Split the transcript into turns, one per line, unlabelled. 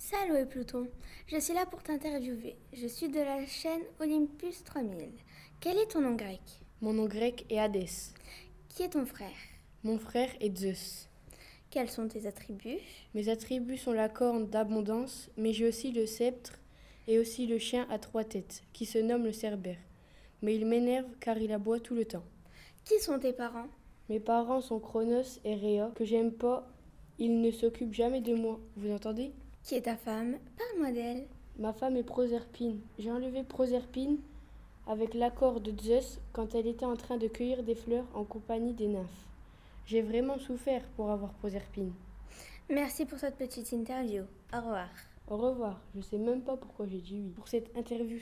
Salut Pluton, je suis là pour t'interviewer. Je suis de la chaîne Olympus 3000. Quel est ton nom grec
Mon nom grec est Hadès.
Qui est ton frère
Mon frère est Zeus.
Quels sont tes attributs
Mes attributs sont la corne d'abondance, mais j'ai aussi le sceptre et aussi le chien à trois têtes, qui se nomme le cerbère. Mais il m'énerve car il aboie tout le temps.
Qui sont tes parents
Mes parents sont Chronos et Rhea, que j'aime pas. Ils ne s'occupent jamais de moi, vous entendez
Qui est ta femme Parle-moi d'elle.
Ma femme est Proserpine. J'ai enlevé Proserpine avec l'accord de Zeus quand elle était en train de cueillir des fleurs en compagnie des nymphes. J'ai vraiment souffert pour avoir Proserpine.
Merci pour cette petite interview. Au revoir.
Au revoir, je sais même pas pourquoi j'ai dit oui pour cette interview.